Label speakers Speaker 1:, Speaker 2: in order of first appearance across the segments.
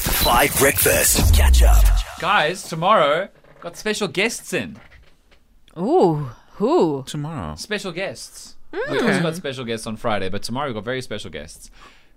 Speaker 1: Five Breakfast. Catch up.
Speaker 2: Guys, tomorrow got special guests in.
Speaker 3: Ooh, who?
Speaker 4: tomorrow.
Speaker 2: Special guests. We also got special guests on Friday, but tomorrow we've got very special guests.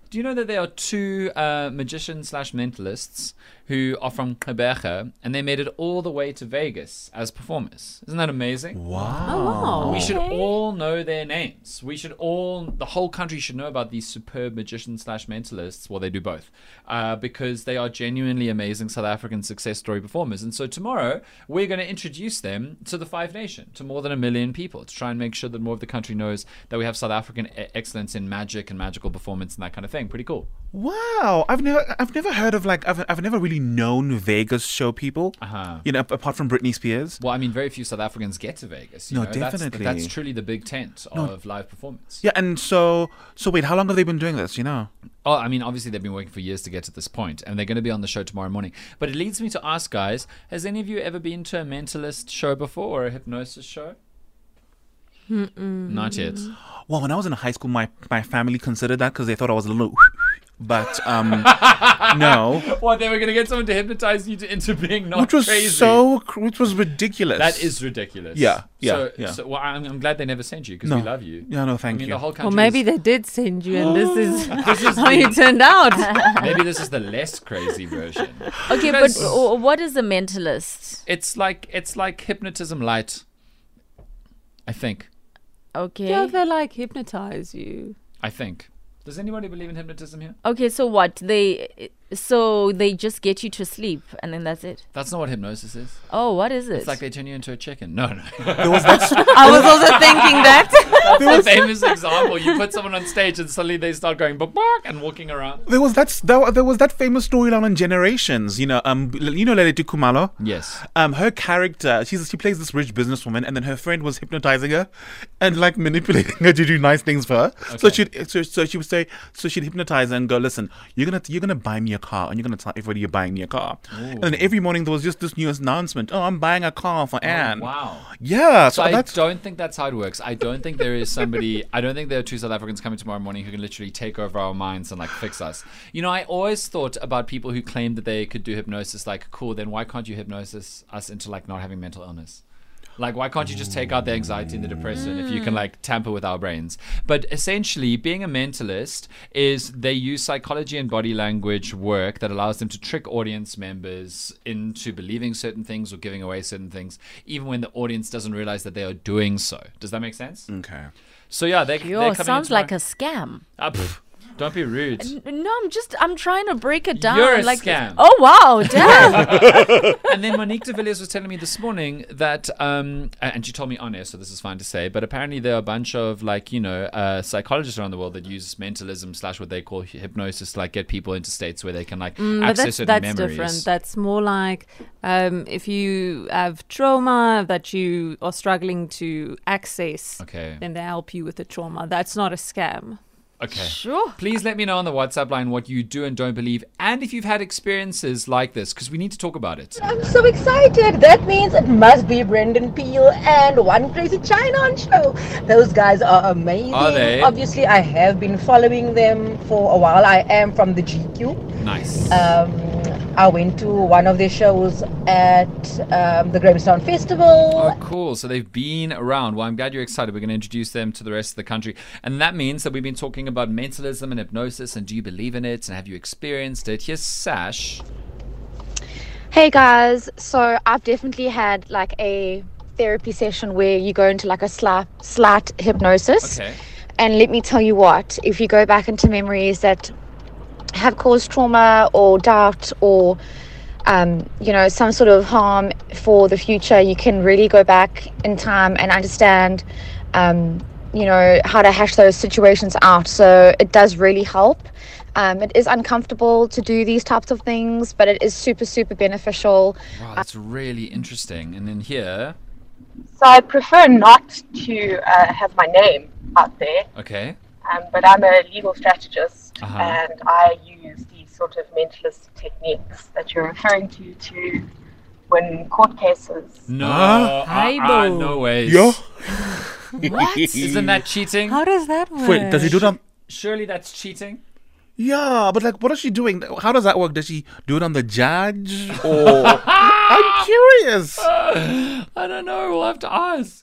Speaker 2: Do you know that there are two uh, magicians slash mentalists who are from Quebec and they made it all the way to Vegas as performers? Isn't that amazing?
Speaker 3: Oh,
Speaker 2: We should
Speaker 3: okay.
Speaker 2: all know their names. We should all, the whole country should know about these superb magicians slash mentalists. Well, they do both, uh, because they are genuinely amazing South African success story performers. And so tomorrow we're going to introduce them to the Five Nation, to more than a million people, to try and make sure that more of the country knows that we have South African e- excellence in magic and magical performance and that kind of thing. Pretty cool.
Speaker 4: Wow, I've never, I've never heard of like, I've, I've never really known Vegas show people.
Speaker 2: Uh-huh.
Speaker 4: You know, ap- apart from Britney Spears.
Speaker 2: Well, I mean, very few South Africans get to Vegas. You
Speaker 4: No,
Speaker 2: know? That's-
Speaker 4: definitely.
Speaker 2: That's, truly the big tent of live performance.
Speaker 4: Yeah, and so, so wait, how long have they been doing this? You know,
Speaker 2: Oh, I mean, obviously they've been working for years to get to this point, and they're going to be on the show tomorrow morning. But it leads me to ask, guys, has any of you ever been to a mentalist show before or a hypnosis show? Not yet.
Speaker 4: well, when I was in high school, my my family considered that because they thought I was a little, but um, no,
Speaker 2: What they were going to get someone to hypnotize you to, into being not
Speaker 4: which was
Speaker 2: crazy.
Speaker 4: so, cr- which was ridiculous.
Speaker 2: that is ridiculous.
Speaker 4: Yeah, yeah,
Speaker 2: So,
Speaker 4: yeah.
Speaker 2: so well, I'm, I'm glad they never sent you because
Speaker 4: No.
Speaker 2: we love you.
Speaker 4: Yeah, no,
Speaker 2: I
Speaker 4: thank
Speaker 2: mean,
Speaker 4: you.
Speaker 2: the whole country.
Speaker 3: Well, maybe
Speaker 2: is-
Speaker 3: they did send you, and this is, how you turned out.
Speaker 2: maybe this is the less crazy version.
Speaker 5: Okay, but
Speaker 2: Because-
Speaker 5: w- what is a mentalist?
Speaker 2: It's like it's like hypnotism light. I think.
Speaker 5: Okay.
Speaker 3: yeah, they like hypnotize you.
Speaker 2: I think. Does anybody believe in hypnotism here?
Speaker 5: okay, so what? They so they just get you to sleep and then that's it.
Speaker 2: That's not what hypnosis is.
Speaker 5: Oh, what is it?
Speaker 2: It's like they turn you into a chicken. No, no.
Speaker 4: there was that, s-
Speaker 3: I was also thinking that.
Speaker 2: That's a famous example. You put someone on stage and suddenly they start going bark bark and walking around.
Speaker 4: there was that, s- there, wa- there was that famous storyline on Generations. You know, um, you know, Leletu Kumalo.
Speaker 2: Yes.
Speaker 4: um, her character, she's, she plays this rich businesswoman, and then her friend was hypnotizing her and like manipulating her to do nice things for her. So
Speaker 2: Okay.
Speaker 4: she'd so, so she would say, so she'd hypnotize her and go, listen, you're gonna you're gonna buy me a car, and you're gonna tell everybody you're buying me a car. And then every morning there was just this new announcement, oh, I'm buying a car for Anne.
Speaker 2: Wow.
Speaker 4: Yeah, so
Speaker 2: I
Speaker 4: that's
Speaker 2: don't think that's how it works. I don't think there is somebody. I don't think there are two South Africans coming tomorrow morning who can literally take over our minds and like fix us. You know, I always thought about people who claim that they could do hypnosis. Like, cool. Then why can't you hypnosis us into like not having mental illness? Like, why can't you just take out the anxiety and the depression if you can like tamper with our brains? But essentially, being a mentalist is they use psychology and body language work that allows them to trick audience members into believing certain things or giving away certain things, even when the audience doesn't realize that they are doing so. Does that make sense?
Speaker 4: okay.
Speaker 2: So yeah, they
Speaker 5: Yo,
Speaker 2: they're coming
Speaker 5: sounds
Speaker 2: into
Speaker 5: like
Speaker 2: my-
Speaker 5: a scam.
Speaker 2: Ah, pff, don't be rude.
Speaker 5: No, I'm just I'm trying to break it down.
Speaker 2: You're a
Speaker 5: like,
Speaker 2: scam.
Speaker 5: Oh wow, damn.
Speaker 2: and then Monique de Villiers was telling me this morning that, um, a- and she told me on air, so this is fine to say, but apparently there are a bunch of like, you know, uh, psychologists around the world that use mentalism slash what they call hy- hypnosis to like get people into states where they can like
Speaker 3: Mm, but
Speaker 2: access
Speaker 3: that's
Speaker 2: certain
Speaker 3: that's
Speaker 2: memories.
Speaker 3: different. That's more like um, if you have trauma that you are struggling to access.
Speaker 2: okay.
Speaker 3: Then they help you with the trauma. That's not a scam.
Speaker 2: Okay.
Speaker 5: sure.
Speaker 2: Please let me know on the WhatsApp line what you do and don't believe, and if you've had experiences like this, because we need to talk about it.
Speaker 6: I'm so excited. That means it must be Brendan Peel and One Crazy China on show. Those guys are amazing.
Speaker 2: Are they?
Speaker 6: Obviously, I have been following them for a while. I am from the GQ.
Speaker 2: Nice.
Speaker 3: Uh,
Speaker 6: Um, I went to one of their shows at um, the Grahamstown Festival.
Speaker 2: Oh, cool. So they've been around. Well, I'm glad you're excited. We're going to introduce them to the rest of the country. And that means that we've been talking about mentalism and hypnosis and do you believe in it and have you experienced it? Here's Sash.
Speaker 7: Hey guys, so I've definitely had like a therapy session where you go into like a slight, slight hypnosis.
Speaker 2: Okay.
Speaker 7: And let me tell you what, if you go back into memories that have caused trauma or doubt or, um, you know, some sort of harm for the future, you can really go back in time and understand, um, you know, how to hash those situations out. So it does really help. Um, it is uncomfortable to do these types of things, but it is super, super beneficial.
Speaker 2: Wow, that's really interesting. And then here.
Speaker 8: So I prefer not to uh, have my name out there,
Speaker 2: Okay.
Speaker 8: um, but I'm a legal strategist
Speaker 2: Uh-huh.
Speaker 8: and I use these sort of mentalist techniques that you're referring to to win court cases.
Speaker 2: No.
Speaker 4: Huh?
Speaker 2: uh-uh,
Speaker 3: Aibo.
Speaker 2: no ways.
Speaker 4: Yo.
Speaker 5: What?
Speaker 2: Isn't that cheating?
Speaker 3: How does that work?
Speaker 4: Wait, does he do that?
Speaker 2: Surely that's cheating.
Speaker 4: Yeah, but like, what is she doing? How does that work? Does she do it on the judge? Or
Speaker 2: Oh.
Speaker 4: I'm curious.
Speaker 2: I don't know. We'll have to ask.